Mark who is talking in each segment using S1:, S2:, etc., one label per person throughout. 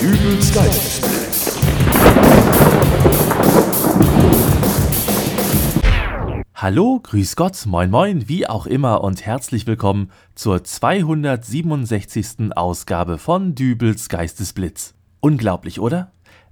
S1: Übels Geist.
S2: Hallo, grüß Gott, moin moin, wie auch immer und herzlich willkommen zur 267. Ausgabe von Dübels Geistesblitz. Unglaublich, oder?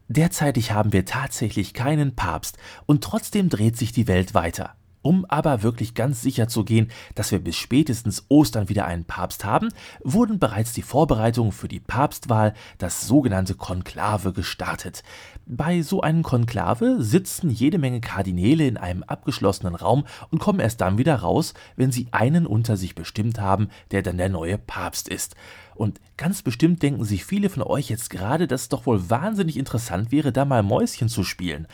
S2: Derzeitig haben wir tatsächlich keinen Papst und trotzdem dreht sich die Welt weiter. Um aber wirklich ganz sicher zu gehen, dass wir bis spätestens Ostern wieder einen Papst haben, wurden bereits die Vorbereitungen für die Papstwahl, das sogenannte Konklave, gestartet. Bei so einem Konklave sitzen jede Menge Kardinäle in einem abgeschlossenen Raum und kommen erst dann wieder raus, wenn sie einen unter sich bestimmt haben, der dann der neue Papst ist. Und ganz bestimmt denken sich viele von euch jetzt gerade, dass es doch wohl wahnsinnig interessant wäre, da mal Mäuschen zu spielen.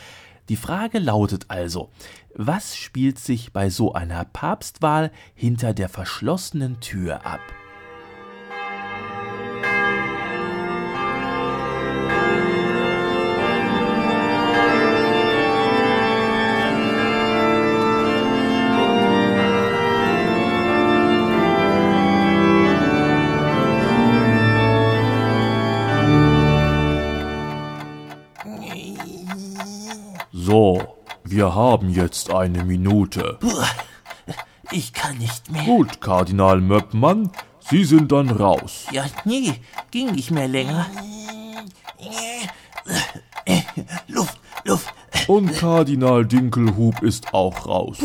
S2: Die Frage lautet also, was spielt sich bei so einer Papstwahl hinter der verschlossenen Tür ab? So, wir haben jetzt eine Minute.
S3: Ich kann nicht mehr.
S2: Gut, Kardinal Möppmann, Sie sind dann raus.
S3: Ja, nee, ging nicht mehr länger. Luft, Luft.
S2: Und Kardinal Dinkelhub ist auch raus.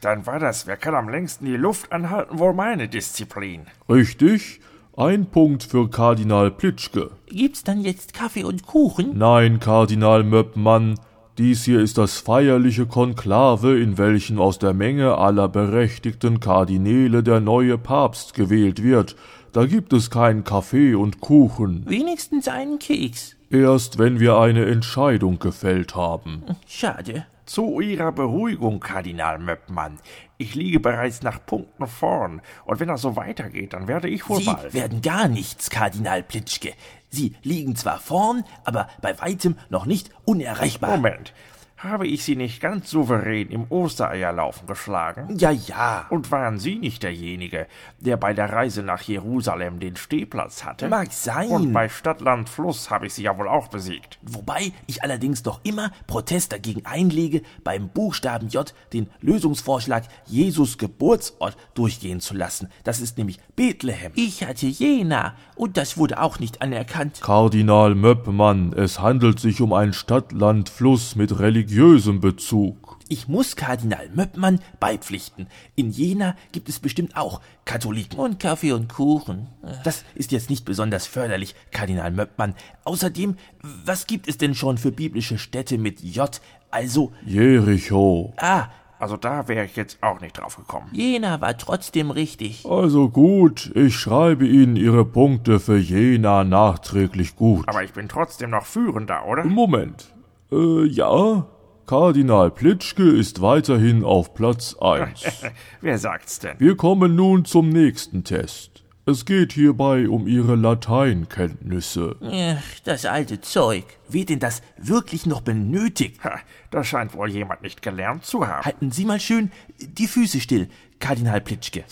S4: Dann war das, wer kann am längsten die Luft anhalten, wohl meine Disziplin.
S2: Richtig? Ein Punkt für Kardinal Plitschke.
S3: Gibt's dann jetzt Kaffee und Kuchen?
S2: Nein, Kardinal Möppmann, dies hier ist das feierliche Konklave, in welchem aus der Menge aller berechtigten Kardinäle der neue Papst gewählt wird. Da gibt es kein Kaffee und Kuchen,
S3: Wenigstens einen Keks.
S2: erst wenn wir eine Entscheidung gefällt haben.
S3: Schade.
S4: Zu Ihrer Beruhigung, Kardinal Möppmann. Ich liege bereits nach Punkten vorn, und wenn das so weitergeht, dann werde ich wohl
S3: Sie
S4: bald.
S3: werden gar nichts, Kardinal Plitschke. Sie liegen zwar vorn, aber bei weitem noch nicht unerreichbar.
S4: Moment, habe ich Sie nicht ganz souverän im Ostereierlaufen geschlagen?
S3: Ja, ja.
S4: Und waren Sie nicht derjenige, der bei der Reise nach Jerusalem den Stehplatz hatte?
S3: Mag sein.
S4: Und bei Stadt, Land, Fluss habe ich Sie ja wohl auch besiegt.
S3: Wobei ich allerdings noch immer Protest dagegen einlege, beim Buchstaben J den Lösungsvorschlag Jesus Geburtsort durchgehen zu lassen. Das ist nämlich Bethlehem. Ich hatte Jena und das wurde auch nicht anerkannt.
S2: Kardinal Möppmann, es handelt sich um ein Stadtland-Fluss mit religiösem Bezug.
S3: Ich muss Kardinal Möppmann beipflichten. In Jena gibt es bestimmt auch Katholiken. Und Kaffee und Kuchen. Das ist jetzt nicht besonders förderlich, Kardinal Möppmann. Außerdem, was gibt es denn schon für biblische Städte mit J? Also,
S2: Jericho.
S3: ah,
S4: Also da wäre ich jetzt auch nicht drauf gekommen.
S3: Jena war trotzdem richtig.
S2: Also gut, ich schreibe Ihnen Ihre Punkte für Jena nachträglich gut.
S4: Aber ich bin trotzdem noch führender, oder?
S3: Mhm.
S2: Moment. Äh, ja? Kardinal Plitschke ist weiterhin auf Platz 1.
S4: Wer sagt's denn?
S2: Wir kommen nun zum nächsten Test. Es geht hierbei um Ihre Lateinkenntnisse.
S3: Ach, das alte Zeug. Wird denn das wirklich noch benötigt?
S4: Ha, das scheint wohl jemand nicht gelernt zu haben.
S3: Halten Sie mal schön die Füße still, Kardinal Plitschke.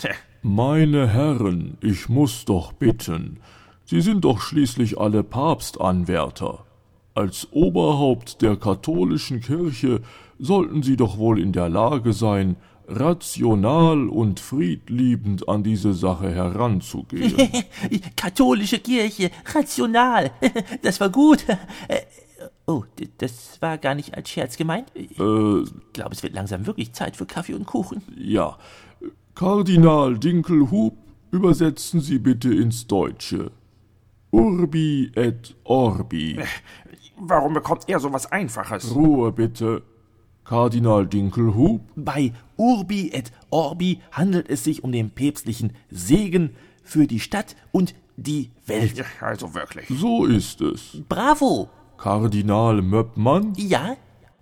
S2: Meine Herren, ich muss doch bitten. Sie sind doch schließlich alle Papstanwärter. Als Oberhaupt der katholischen Kirche sollten Sie doch wohl in der Lage sein, rational und friedliebend an diese Sache heranzugehen.
S3: Katholische Kirche, rational. Das war gut. Äh, Oh, d- das war gar nicht als Scherz gemeint. Ich
S2: äh,
S3: glaube, es wird langsam wirklich Zeit für Kaffee und Kuchen.
S2: ja. Kardinal Dinkelhub, übersetzen Sie bitte ins Deutsche. Urbi et Orbi.
S4: Warum bekommt er sowas Einfaches?
S2: Ruhe bitte. Kardinal Dinkelhub,
S3: Bei Urbi et Orbi handelt es sich um den päpstlichen Segen für die Stadt und die Welt.
S4: Ja, Also wirklich.
S2: so ist es.
S3: Bravo!
S2: Kardinal Möppmann,
S3: Ja,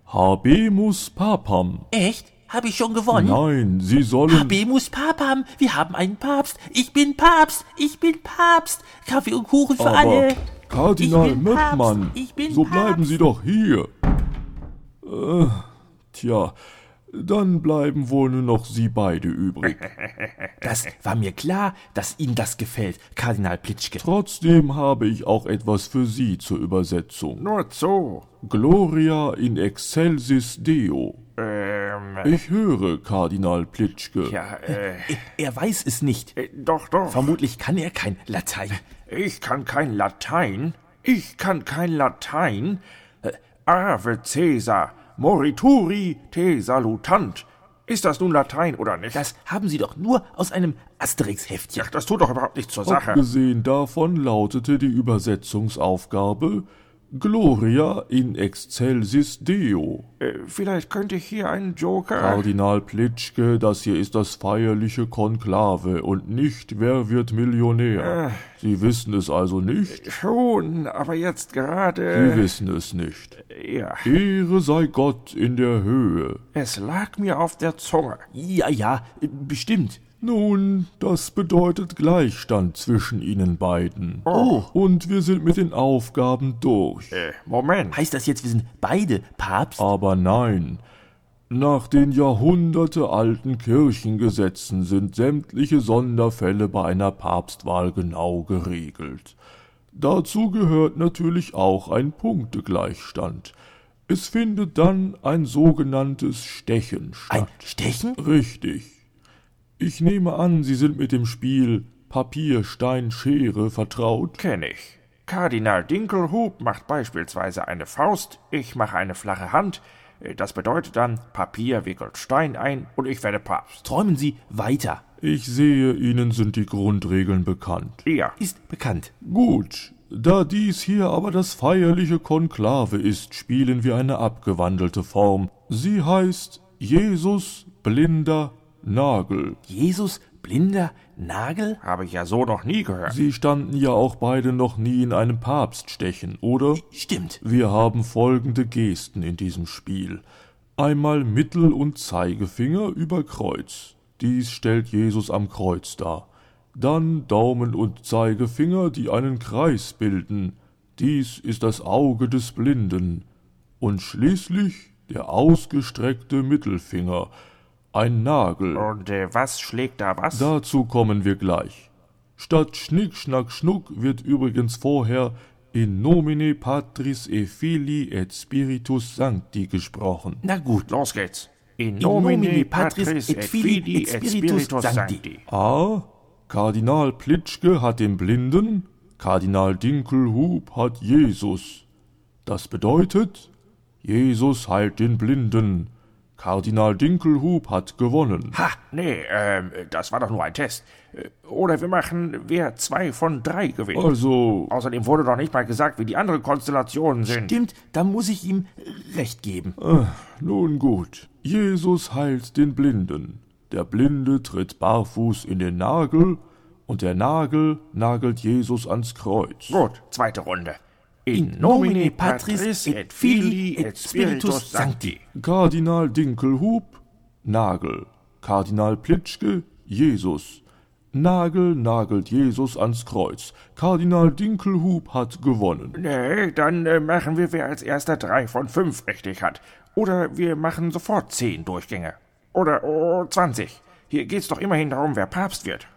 S2: habemus papam.
S3: echt? Habe ich schon gewonnen?
S2: Nein, Sie sollen...
S3: Habemus Papam, wir haben einen Papst. Ich bin Papst, ich bin Papst. Kaffee und Kuchen für
S2: aber
S3: alle. Ich
S2: Kardinal
S3: bin Papst,
S2: Möppmann,
S3: ich bin
S2: so bleiben
S3: Papst.
S2: Sie doch hier. Äh, tja, Dann bleiben wohl nur noch Sie beide übrig.
S3: Das war mir klar, dass ihm das gefällt, Kardinal Plitschke.
S2: Trotzdem habe ich auch etwas für Sie zur Übersetzung.
S4: Nur zu.
S2: Gloria in excelsis Deo.
S4: Ähm,
S2: Ich höre, Kardinal Plitschke.
S4: ja, äh,
S3: Er, er weiß es nicht.
S4: äh, doch, doch.
S3: Vermutlich kann er kein Latein.
S4: Ich kann kein Latein. Ich kann kein Latein. Äh, Ave Caesar, morituri te salutant. Ist das nun Latein oder nicht?
S3: Das haben Sie doch nur aus einem Asterix-Heftchen.
S4: Ach, das tut doch überhaupt nichts zur Sache.
S2: Abgesehen davon lautete die Übersetzungsaufgabe Gloria in excelsis Deo.
S4: Äh, vielleicht könnte ich hier einen Joker.
S2: Kardinal Plitschke, das hier ist das feierliche Konklave und nicht wer wird
S4: Äh.
S2: Millionär. Sie wissen es also nicht?
S4: Schon, aber jetzt
S2: Sie
S4: gerade.
S2: wissen es nicht.
S4: Ja,
S2: Ehre sei Gott in der Höhe.
S4: es lag mir auf der Zunge.
S3: Ja, ja, bestimmt.
S2: Nun, das bedeutet Gleichstand zwischen Ihnen beiden.
S4: Oh.
S2: Und wir sind mit den Aufgaben durch.
S4: Äh, Moment.
S3: Heißt das jetzt, wir sind beide Papst?
S2: Aber nein. Nach den jahrhundertealten Kirchengesetzen sind sämtliche Sonderfälle bei einer Papstwahl genau geregelt. Dazu gehört natürlich auch ein Punktegleichstand. Es findet dann ein sogenanntes Stechen
S3: Ein
S2: statt.
S3: Stechen?
S2: Richtig. Ich nehme an, Sie sind mit dem Spiel Papier, Stein, Schere vertraut.
S4: Kenn ich. Kardinal Dinkelhub macht beispielsweise eine Faust, ich mache eine flache Hand. Äh, Das bedeutet dann, Papier wickelt Stein ein und ich werde Papst.
S3: Träumen Sie weiter.
S2: Ich sehe, Ihnen sind die Grundregeln bekannt.
S4: Ja.
S3: Ist bekannt.
S2: Gut, da dies hier aber das feierliche Konklave ist, spielen wir eine abgewandelte Form. Sie heißt Jesus blinder Nagel.
S3: Jesus, blinder Nagel?
S4: Habe ich ja so noch nie gehört.
S2: Sie standen ja auch beide noch nie in einem Papststechen, oder?
S3: Stimmt.
S2: Wir haben folgende Gesten in diesem Spiel. Einmal Mittel- und Zeigefinger über Kreuz. Dies stellt Jesus am Kreuz dar. Dann Daumen und Zeigefinger, die einen Kreis bilden. Dies ist das Auge des Blinden. Und schließlich der ausgestreckte Mittelfinger, ein Nagel.
S4: Und äh, was schlägt da was?
S2: Dazu kommen wir gleich. Statt Schnick, Schnack, Schnuck wird übrigens vorher in nomine patris et filii et spiritus sancti gesprochen.
S3: Na gut.
S4: Los geht's. In
S3: nomine Patris et Filii et Spiritus Sancti.
S2: A. Kardinal Plitschke hat den Blinden, Kardinal Dinkelhub hat Jesus. Das bedeutet, Jesus heilt den Blinden. Kardinal Dinkelhub hat gewonnen.
S4: Ha, nee, ähm, das war doch nur ein Test. Äh, Oder wir machen, wer zwei von drei gewinnt.
S3: Oh.
S2: Also,
S4: Außerdem wurde doch nicht mal gesagt, wie die anderen Konstellationen sind.
S3: Stimmt, da muss ich ihm recht geben.
S2: Nun gut, Jesus heilt den Blinden. Der Blinde tritt barfuß in den Nagel, und der Nagel nagelt Jesus ans Kreuz.
S4: Gut, zweite Runde.
S3: In nomine Patris et Filii et Spiritus Sancti.
S2: Kardinal Dinkelhub, Nagel. Kardinal Plitschke, Jesus. Nagel nagelt Jesus ans Kreuz. Kardinal Dinkelhub hat gewonnen.
S4: Nee, dann äh, machen wir, wer als erster drei von fünf richtig hat. Oder wir machen sofort zehn Durchgänge. Oder oh, 20. Hier geht's doch immerhin darum, wer Papst wird.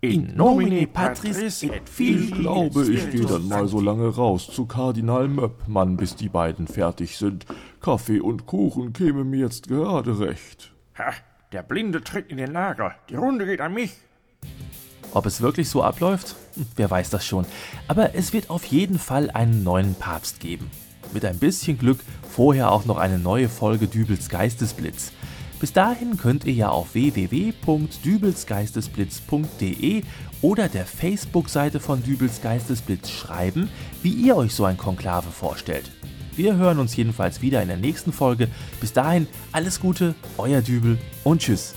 S3: In nomine Patris et Filii
S2: Ich glaube, ich gehe dann mal so lange raus zu Kardinal Möppmann, bis die beiden fertig sind. Kaffee und Kuchen käme mir jetzt gerade recht.
S4: Ha, der Blinde tritt in den Nagel. Die Runde geht an mich.
S2: Ob es wirklich so abläuft?
S3: Hm, Wer weiß das schon. Aber es wird auf jeden Fall einen neuen Papst geben. Mit ein bisschen Glück vorher auch noch eine neue Folge Dübels Geistesblitz. Bis dahin könnt ihr ja auf www.dübelsgeistesblitz.de oder der Facebook-Seite von Dübels Geistesblitz schreiben, wie ihr euch so ein Konklave vorstellt. Wir hören uns jedenfalls wieder in der nächsten Folge. Bis dahin alles Gute, euer Dübel und tschüss.